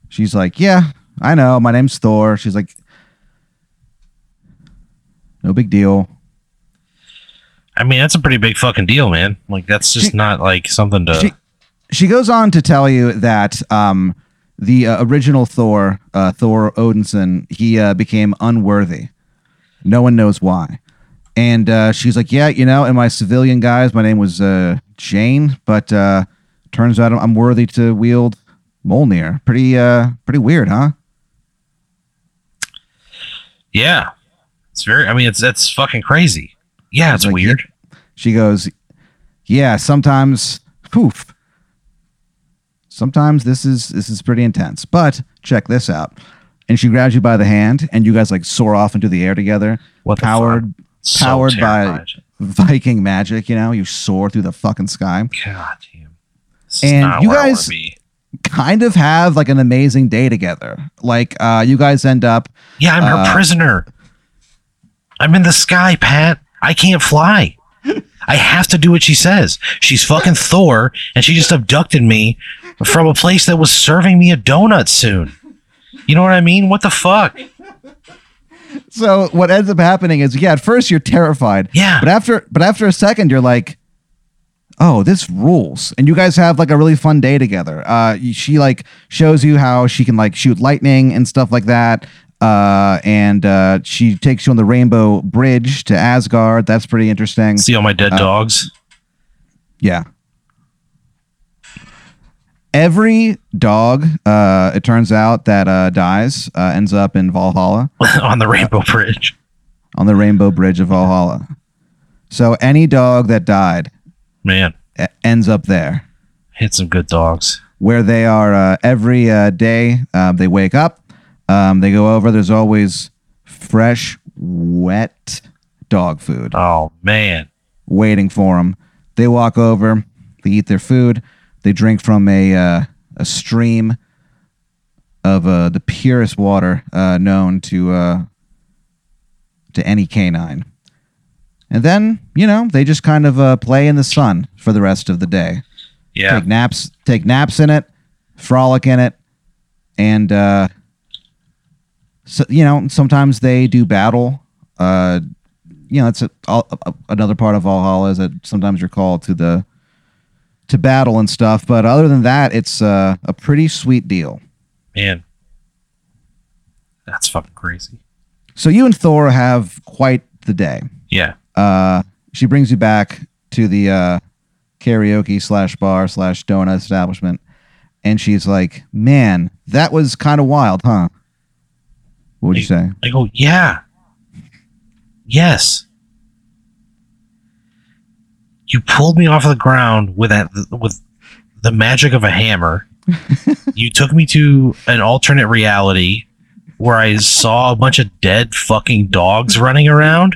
Speaker 1: she's like yeah i know my name's thor she's like no big deal
Speaker 2: I mean, that's a pretty big fucking deal, man. Like, that's just
Speaker 1: She-
Speaker 2: not like something to.
Speaker 1: she she goes on to tell you that um, the uh, original Thor, uh, Thor Odinson, he uh, became unworthy. No one knows why. And uh, she's like, yeah, you know, and my civilian guys, my name was uh, Jane, but uh, turns out I'm worthy to wield Mjolnir. Pretty, uh, pretty weird, huh?
Speaker 2: yeah, it's very. I mean, it's that's fucking crazy. Yeah, it's
Speaker 1: Like,
Speaker 2: weird.
Speaker 1: She goes, yeah, sometimes, poof. Sometimes this is this is pretty intense, but check this out. And she grabs you by the hand, and you guys like soar off into the air together,
Speaker 2: What the
Speaker 1: powered
Speaker 2: fuck?
Speaker 1: powered by-
Speaker 2: terrified.
Speaker 1: Viking magic. You know, you soar through the fucking sky.
Speaker 2: God damn. This is
Speaker 1: And
Speaker 2: not
Speaker 1: you
Speaker 2: where I wanna
Speaker 1: guys-
Speaker 2: be.
Speaker 1: Kind of have like an amazing day together. Like uh, you guys end up
Speaker 2: Yeah, I'm her
Speaker 1: uh,
Speaker 2: prisoner. I'm in the sky, Pat. I can't fly. I have to do what she says. She's fucking Thor, and she just abducted me from a place that was serving me a donut soon. You know what I mean? What the fuck?
Speaker 1: so what ends up happening is yeah at first you're terrified
Speaker 2: Yeah.
Speaker 1: but after but after a second you're like oh this rules and you guys have like a really fun day together uh y- she like shows you how she can like shoot lightning and stuff like that uh and uh she takes you on the rainbow bridge to asgard that's pretty interesting
Speaker 2: See all my dead dogs? (laughs)
Speaker 1: yeah. Every dog, uh, it turns out that uh, dies uh, ends up in Valhalla
Speaker 2: on the Rainbow Bridge.
Speaker 1: on the Rainbow Bridge of Valhalla. So any dog that died
Speaker 2: Man,
Speaker 1: e- ends up there,
Speaker 2: hit some good dogs.
Speaker 1: where they are uh, every uh, day. Uh, they wake up, um, they go over. There's always fresh, wet dog food
Speaker 2: Oh, man.
Speaker 1: waiting for them. They walk over, they eat their food, they drink from a uh, a stream of uh, the purest water uh, known to uh, to any canine. And then, you know, they just kind of uh, play in the sun for the rest of the day.
Speaker 2: Yeah.
Speaker 1: Take naps, take naps in it, frolic in it, and uh, so you know sometimes they do battle. Uh, you know, that's a, all, a, another part of Valhalla is that sometimes you're called to the to battle and stuff. But other than that, it's uh, a pretty sweet deal.
Speaker 2: Man. That's fucking crazy.
Speaker 1: So you and Thor have quite the day.
Speaker 2: Yeah.
Speaker 1: Uh, she brings you back to the uh, karaoke slash bar slash donut establishment, and she's like, "Man, that was kind of wild, huh?" What would you say?
Speaker 2: I go, yeah. Yes. You pulled me off the ground with that with the magic of a hammer. you took me to an alternate reality where I saw a bunch of dead fucking dogs running around.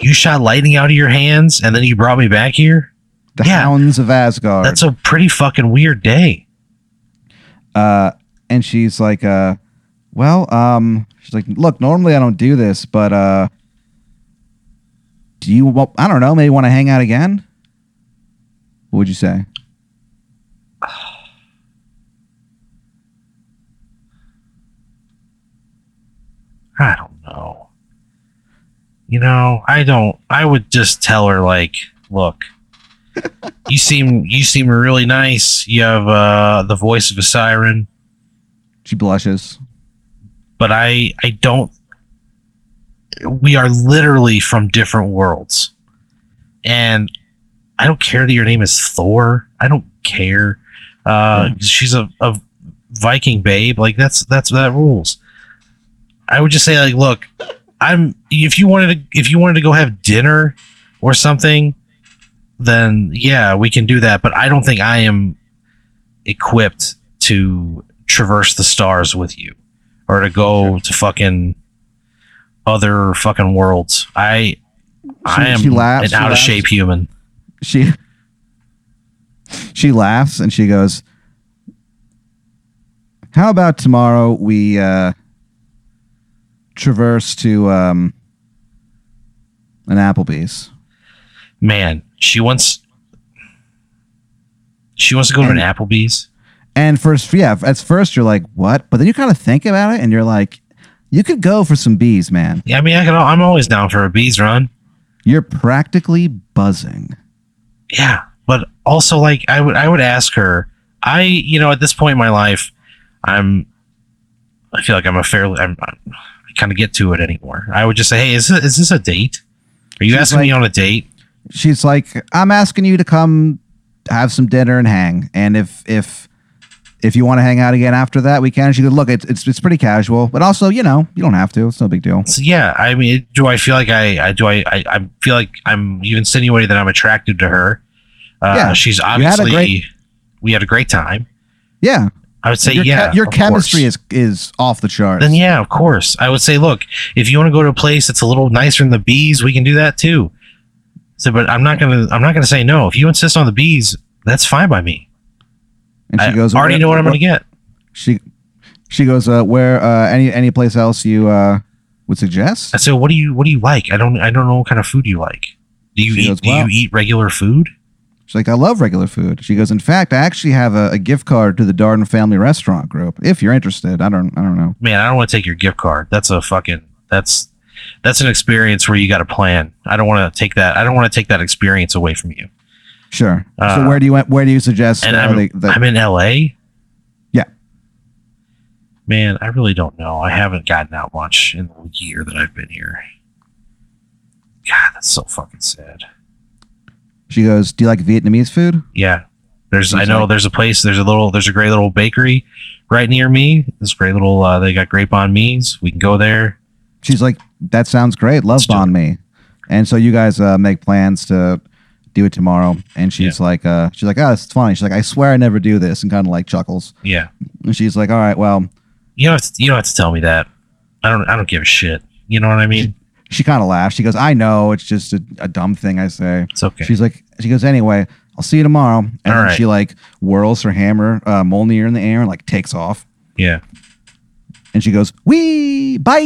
Speaker 2: you shot lightning out of your hands and then you brought me back here.
Speaker 1: The
Speaker 2: Yeah.
Speaker 1: Hounds of Asgard.
Speaker 2: That's a pretty fucking weird day.
Speaker 1: uh, and she's like, uh, "Well, um, she's like, look, normally I don't do this, but uh, do you? Well, I don't know. Maybe want to hang out again? What would you say?
Speaker 2: you know, I don't. I would just tell her like, look, you seem you seem really nice. You have uh, the voice of a siren,
Speaker 1: She blushes.
Speaker 2: but I I don't. We are literally from different worlds, and I don't care that your name is Thor. I don't care.
Speaker 1: Hmm.
Speaker 2: Uh, She's a, a Viking babe. Like that's that's that rules. I would just say like, look, I'm if you wanted to if you wanted to go have dinner or something, then yeah, we can do that. But I don't think I am equipped to traverse the stars with you or to go to fucking other fucking worlds. I I am
Speaker 1: she laughs,
Speaker 2: an
Speaker 1: she
Speaker 2: out of
Speaker 1: laughs.
Speaker 2: shape human.
Speaker 1: She she laughs and she goes, "How about tomorrow we uh, traverse to um, an Applebee's?"
Speaker 2: Man, she wants she wants to go to an Applebee's.
Speaker 1: And first, yeah, at first you're like, "What?" But then you kind of think about it and you're like, "You could go for some bees, man.
Speaker 2: Yeah, I mean, I can, I'm always down for a bees run.
Speaker 1: You're practically buzzing."
Speaker 2: Yeah, but also like I would I would ask her. I you know at this point in my life, I'm I feel like I'm a fairly I'm, I'm I kind of get to it anymore. I would just say, hey, is this, is this a date? Are you
Speaker 1: She's
Speaker 2: asking me on a date?
Speaker 1: she's like, I'm asking you to come have some dinner and hang. And if if if you want to hang out again after that, we can. She goes, look, it's it's, it's pretty casual, but also you know you don't have to. It's no big deal.
Speaker 2: So yeah, I mean, do I feel like I, I do I, I I feel like I'm you insinuating that I'm attracted to her? Uh,
Speaker 1: Yeah,
Speaker 2: she's
Speaker 1: had a
Speaker 2: obviously
Speaker 1: great-
Speaker 2: we had a great time.
Speaker 1: Yeah,
Speaker 2: I would say
Speaker 1: your,
Speaker 2: yeah.
Speaker 1: che- your
Speaker 2: of
Speaker 1: chemistry
Speaker 2: course.
Speaker 1: is is off the charts.
Speaker 2: Then yeah, of course. I would say, look, if you want to go to a place that's a little nicer than the bees, we can do that too. So, but I'm not gonna, I'm not gonna say no. If you insist on the bees, that's fine by me.
Speaker 1: and she
Speaker 2: I
Speaker 1: goes,
Speaker 2: already
Speaker 1: "Where-
Speaker 2: know what I'm gonna get.
Speaker 1: She she goes, uh, where uh, any any place else you uh, would suggest?
Speaker 2: I said, what do you, what do you like? I don't, I don't know what kind of food you like. Do you
Speaker 1: She
Speaker 2: eat?
Speaker 1: goes,
Speaker 2: do
Speaker 1: "Wow."
Speaker 2: you eat regular food?
Speaker 1: She's like, I love regular food. She goes, in fact, I actually have a, a gift card to the Darden Family Restaurant Group. If you're interested, I don't I don't know.
Speaker 2: Man, I don't want to take your gift card. That's a fucking, that's, that's an experience where you got to plan. I don't want to take that. I don't want to take that experience away from you.
Speaker 1: Sure.
Speaker 2: Uh,
Speaker 1: so where do you where do you suggest?
Speaker 2: And
Speaker 1: uh,
Speaker 2: I'm,
Speaker 1: they- they-
Speaker 2: I'm in LA.
Speaker 1: Yeah.
Speaker 2: Man, I really don't know. I haven't gotten out much in the year that I've been here. God, that's so fucking sad.
Speaker 1: She goes, "Do you like Vietnamese food?"
Speaker 2: Yeah. There's, I
Speaker 1: Seems
Speaker 2: know
Speaker 1: like-
Speaker 2: there's a place, there's a little, there's a great little bakery right near me. This great little, uh, they got grape on me's. We can go there.
Speaker 1: She's like, "That sounds great. Love
Speaker 2: Let's do
Speaker 1: on me." And so you guys uh, make plans to do it tomorrow. And she's like, uh, "She's like, oh, it's funny." She's like, "I swear I never do this," and kind of like chuckles.
Speaker 2: Yeah.
Speaker 1: And she's like, "All right, well."
Speaker 2: You don't have to, you don't have to tell me that. I don't, I don't give a shit. You know what I mean?
Speaker 1: She kind of laughs. She goes, "I know. It's just a, a dumb thing I say."
Speaker 2: It's okay.
Speaker 1: She's like, she goes, "Anyway, I'll see you tomorrow." And
Speaker 2: All
Speaker 1: then
Speaker 2: right.
Speaker 1: she like whirls her hammer, uh, Mjolnir, in the air and like takes off.
Speaker 2: yeah.
Speaker 1: And she goes, "Wee,
Speaker 2: (laughs)
Speaker 1: bye."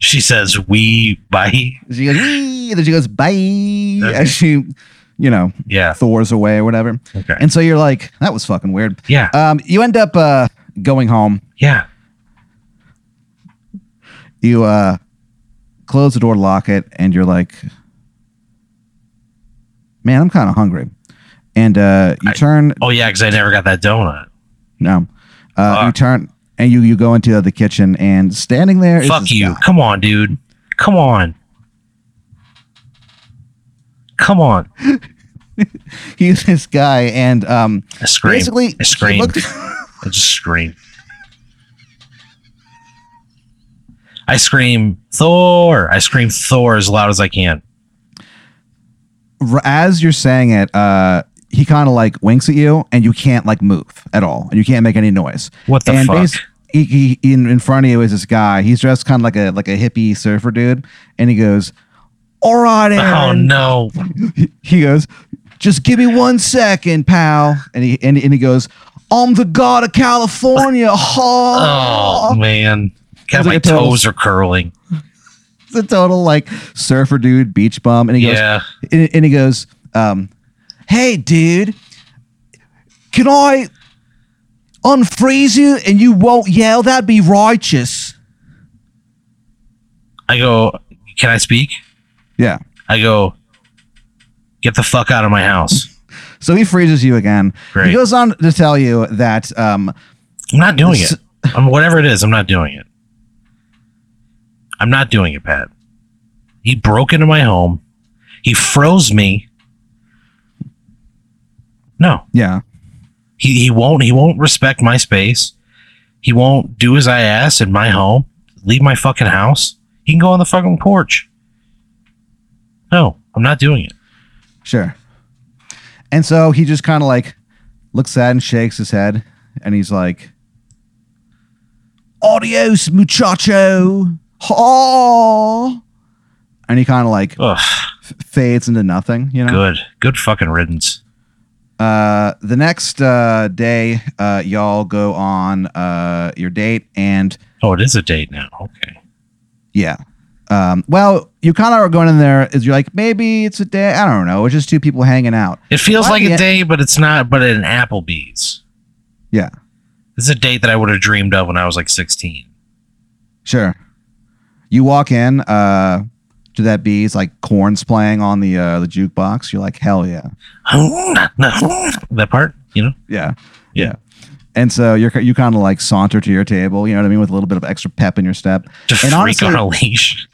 Speaker 2: She says, we, bye.
Speaker 1: She goes, Wee! and then she goes, bye.
Speaker 2: Okay.
Speaker 1: And she, you know,
Speaker 2: Yeah.
Speaker 1: Thor's away or whatever.
Speaker 2: Okay.
Speaker 1: And so you're like, that was fucking weird.
Speaker 2: yeah.
Speaker 1: Um, you end up uh, going home.
Speaker 2: Yeah.
Speaker 1: You uh, close the door, lock it, and you're like, man, I'm kind of hungry. And uh, you
Speaker 2: I-
Speaker 1: turn,
Speaker 2: Oh yeah, because I never got that donut.
Speaker 1: no, uh, you
Speaker 2: Fuck.
Speaker 1: turn, and you you go into the kitchen, and standing there is
Speaker 2: Fuck
Speaker 1: this
Speaker 2: you.
Speaker 1: guy.
Speaker 2: Come on, dude. Come on. Come on.
Speaker 1: He's this guy, and um,
Speaker 2: I scream.
Speaker 1: basically,
Speaker 2: I
Speaker 1: he
Speaker 2: scream.
Speaker 1: looked-
Speaker 2: I just scream. I scream Thor. I scream Thor as loud as I can.
Speaker 1: r- as you're saying it, uh, he kind of like winks at you, and you can't like move at all, and you can't make any noise.
Speaker 2: What the
Speaker 1: and
Speaker 2: fuck?
Speaker 1: bas- he, he, in in front of you is this guy. He's dressed kind of like a like a hippie surfer dude, and he goes, "All right,
Speaker 2: (laughs) oh
Speaker 1: Aaron."
Speaker 2: no.
Speaker 1: He goes, "Just give me one second, pal." And he and, and he goes, "I'm the god of California." (laughs)
Speaker 2: Oh
Speaker 1: Oh,
Speaker 2: man.
Speaker 1: Sounds like
Speaker 2: God, my
Speaker 1: a turtle.
Speaker 2: toes are curling.
Speaker 1: it's a total like surfer dude, beach bum, and he goes,
Speaker 2: Yeah.
Speaker 1: and, and he goes, um, "Hey, dude, can I unfreeze you and you won't yell? That'd be righteous."
Speaker 2: I go, Can I speak?
Speaker 1: Yeah.
Speaker 2: I go, Get the fuck out of my house.
Speaker 1: So he freezes you again. He
Speaker 2: Great.
Speaker 1: goes on to tell you that um,
Speaker 2: I'm not doing
Speaker 1: S-
Speaker 2: it. I'm, whatever it is, I'm not doing it. I'm not doing it, Pat. He broke into my home. He froze me. No,
Speaker 1: yeah,
Speaker 2: he, he won't. He won't respect my space. He won't do as I ask in my home. Leave my fucking house. He can go on the fucking porch. No, I'm not doing it.
Speaker 1: sure. And so he just kind of like looks sad and shakes his head, and he's like, "Adios, muchacho." Oh. And he kind of like
Speaker 2: Ugh,
Speaker 1: f- fades into nothing, you know.
Speaker 2: good, good fucking riddance.
Speaker 1: Uh, the next uh, day, uh, y'all go on uh, your date, and
Speaker 2: Oh, it is a date now. Okay.
Speaker 1: yeah. Um, well, you kind of are going in there is you're like maybe it's a day. I don't know. It's just two people hanging out.
Speaker 2: It feels
Speaker 1: Why
Speaker 2: like
Speaker 1: the-
Speaker 2: a date, but it's not. But an Applebee's.
Speaker 1: Yeah,
Speaker 2: This is a date that I would have dreamed of when I was like 16.
Speaker 1: sure. You walk in uh, to that bees like corns playing on the uh, the jukebox. You're like hell yeah,
Speaker 2: (laughs) that part, you know?
Speaker 1: yeah,
Speaker 2: Yeah.
Speaker 1: And so you're you kind of like saunter to your table. You know what I mean, with a little bit of extra pep in your step.
Speaker 2: To
Speaker 1: And
Speaker 2: freak
Speaker 1: honestly-
Speaker 2: on a leash.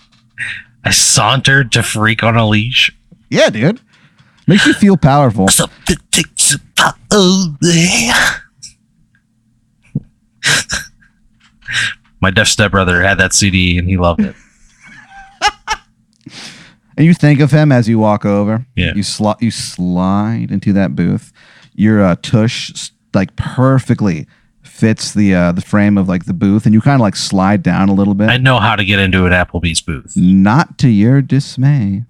Speaker 2: (laughs) I sauntered to freak on a leash. (laughs)
Speaker 1: Yeah, dude, makes you feel powerful.
Speaker 2: My deaf stepbrother had that CD and he loved it.
Speaker 1: And you think of him as you walk over.
Speaker 2: Yeah.
Speaker 1: You slide you slide into that booth. Your uh, tush s- like perfectly fits the uh, the frame of like the booth, and you kind of like slide down a little bit.
Speaker 2: I know how to get into an Applebee's booth.
Speaker 1: Not to your dismay,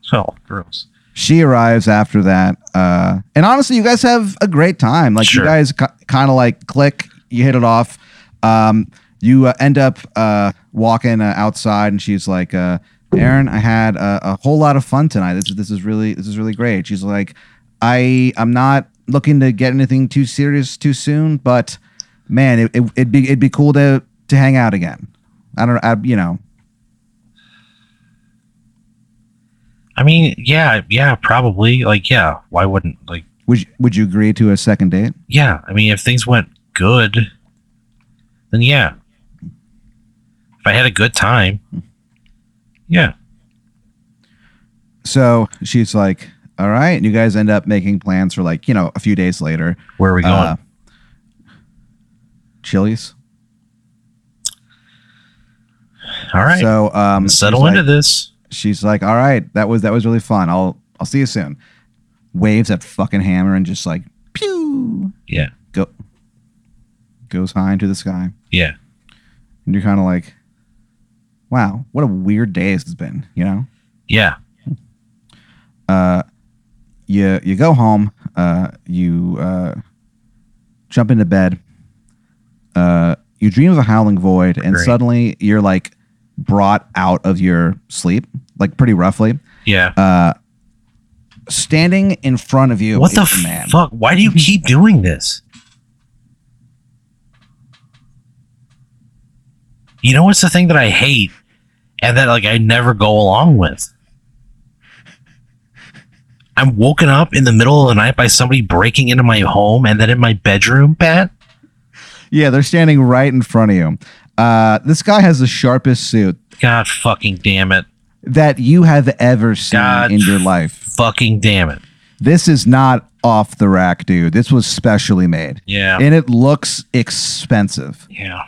Speaker 2: So gross.
Speaker 1: she arrives after that. Uh, and honestly, you guys have a great time. Like
Speaker 2: Sure.
Speaker 1: you guys ki kind of like click, you hit it off. Um, you uh, end up uh, walking uh, outside, and she's like, uh, "Aaron, I had a, a whole lot of fun tonight. This is this is really this is really great." She's like, "I I'm not looking to get anything too serious too soon, but man, it, it, it'd be it'd be cool to to hang out again. I don't I, you know
Speaker 2: I mean, yeah, yeah, probably. Like, yeah, why wouldn't like
Speaker 1: would you, would you agree to a second date?
Speaker 2: yeah, I mean, if things went good, then yeah. If I had a good time, yeah.
Speaker 1: so she's like, "All right," and you guys end up making plans for like you know a few days later.
Speaker 2: Where are we going?
Speaker 1: Uh, Chili's.
Speaker 2: All right,
Speaker 1: So um,
Speaker 2: settle
Speaker 1: she's
Speaker 2: into
Speaker 1: Like,
Speaker 2: this.
Speaker 1: she's like, "All right, that was that was really fun. I'll I'll see you soon." Waves that fucking hammer and just like pew
Speaker 2: Yeah,
Speaker 1: goes high into the sky,
Speaker 2: yeah.
Speaker 1: and you're kind of like, "Wow, what a weird day this has been," you know.
Speaker 2: Yeah.
Speaker 1: uh, you you go home, uh, you uh, jump into bed, uh, you dream of a howling void, and
Speaker 2: Great.
Speaker 1: suddenly you're like brought out of your sleep, like pretty roughly.
Speaker 2: Yeah.
Speaker 1: Uh, standing in front of you,
Speaker 2: what the
Speaker 1: is a man?
Speaker 2: fuck? Why
Speaker 1: (laughs)
Speaker 2: do you keep doing this? You know what's the thing that I hate and that like I never go along with? I'm woken up in the middle of the night by somebody breaking into my home and then in my bedroom, Pat.
Speaker 1: Yeah, they're standing right in front of you. Uh, this guy has the sharpest suit
Speaker 2: God fucking damn it.
Speaker 1: that you have ever seen
Speaker 2: God
Speaker 1: in your life.
Speaker 2: Fucking damn it.
Speaker 1: This is not off the rack, dude. This was specially made.
Speaker 2: Yeah.
Speaker 1: and it looks expensive.
Speaker 2: yeah.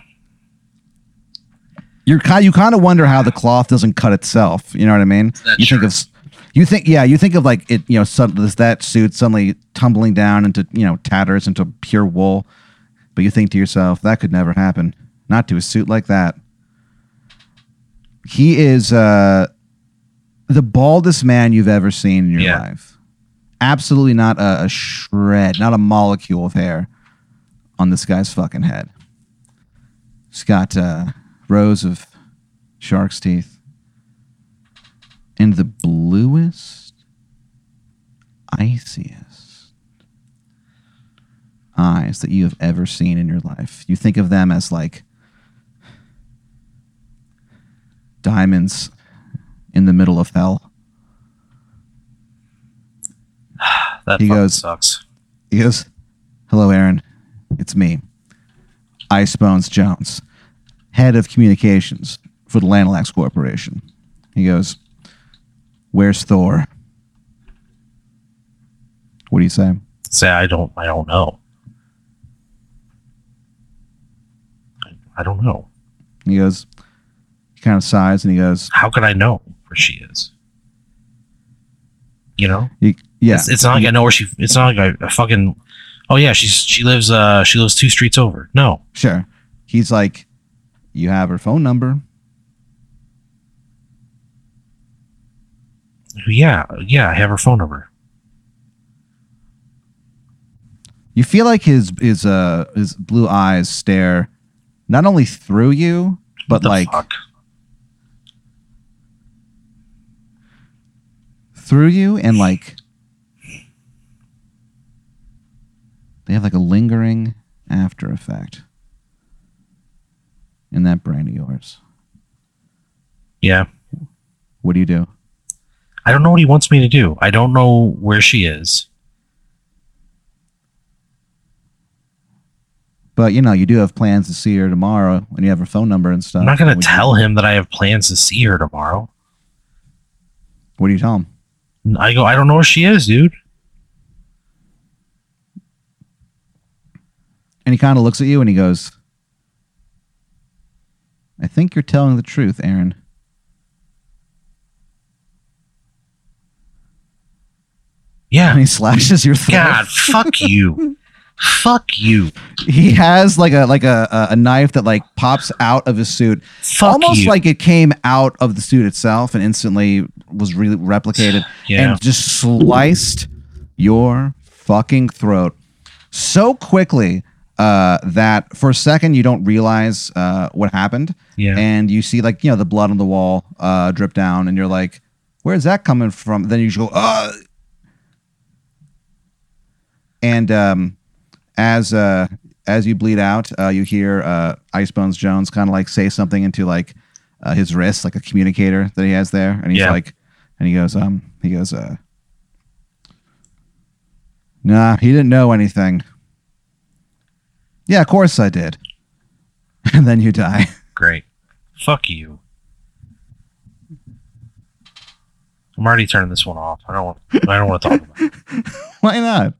Speaker 1: You're kind you kind of wonder how the cloth doesn't cut itself. You know what I mean?
Speaker 2: that
Speaker 1: you think
Speaker 2: true?
Speaker 1: of s- you think yeah you think of like it you know sudden this that suit suddenly tumbling down into you know tatters into pure wool, but you think to yourself that could never happen. Not to a suit like that. He is uh, the baldest man you've ever seen in your
Speaker 2: Yeah.
Speaker 1: life. Absolutely not a, a shred, not a molecule of hair on this guy's fucking head. He's got uh, rows of shark's teeth and the bluest, iciest eyes that you have ever seen in your life. You think of them as like diamonds in the middle of hell.
Speaker 2: That
Speaker 1: He
Speaker 2: fucking
Speaker 1: goes-
Speaker 2: sucks.
Speaker 1: He goes, Hello, Aaron. It's me, Ice Bones Jones, head of communications for the Lanalax Corporation. He goes, Where's Thor? What do you say?
Speaker 2: Say I don't I don't know. I, I don't know.
Speaker 1: He goes, He kind of sighs and he goes,
Speaker 2: How could I know where she is? You know?
Speaker 1: "You- Yeah.
Speaker 2: It's, it's not like I know where she it's not like I, I fucking Oh yeah, she's she lives uh she lives two streets over. No.
Speaker 1: Sure. He's like, you have her phone number.
Speaker 2: Yeah, yeah, I have her phone number.
Speaker 1: You feel like his his uh his blue eyes stare not only through you, but
Speaker 2: The
Speaker 1: like
Speaker 2: fuck?
Speaker 1: through you and like they have like a lingering after effect in that brain of yours.
Speaker 2: Yeah.
Speaker 1: What do you do?
Speaker 2: I don't know what he wants me to do. I don't know where she is.
Speaker 1: But you know, you do have plans to see her tomorrow and you have her phone number and stuff.
Speaker 2: I'm not gonna
Speaker 1: What do Uh, you-
Speaker 2: tell him that I have plans to see her tomorrow.
Speaker 1: What do you tell him?
Speaker 2: I go, I don't know where she is, dude.
Speaker 1: And he kind of looks at you and he goes, I think you're telling the truth, Aaron. (laughs)
Speaker 2: Yeah.
Speaker 1: And he slashes your throat. (laughs)
Speaker 2: God, fuck you. Fuck you.
Speaker 1: He has like a like a, a- a knife that like pops out of his suit.
Speaker 2: Fuck
Speaker 1: Almost
Speaker 2: you.
Speaker 1: like it came out of the suit itself and instantly was re- replicated
Speaker 2: (sighs) Yeah.
Speaker 1: and just sliced your fucking throat so quickly uh, that for a second you don't realize uh, what happened.
Speaker 2: yeah.
Speaker 1: and you see like you know the blood on the wall uh, drip down, and you're like, "Where's that coming from?" Then you just go, "Ah!" And um, as uh, as you bleed out, uh, you hear uh, Ice Bones Jones kind of like say something into like uh, his wrist, like a communicator that he has there, and he's
Speaker 2: Yeah.
Speaker 1: like, and he goes, um, he goes, uh, nah, he didn't know anything. Yeah, of course I did. (laughs) And then you die.
Speaker 2: Great. Fuck you. I'm already turning this one off. I don't want I don't want to talk about it.
Speaker 1: Why not?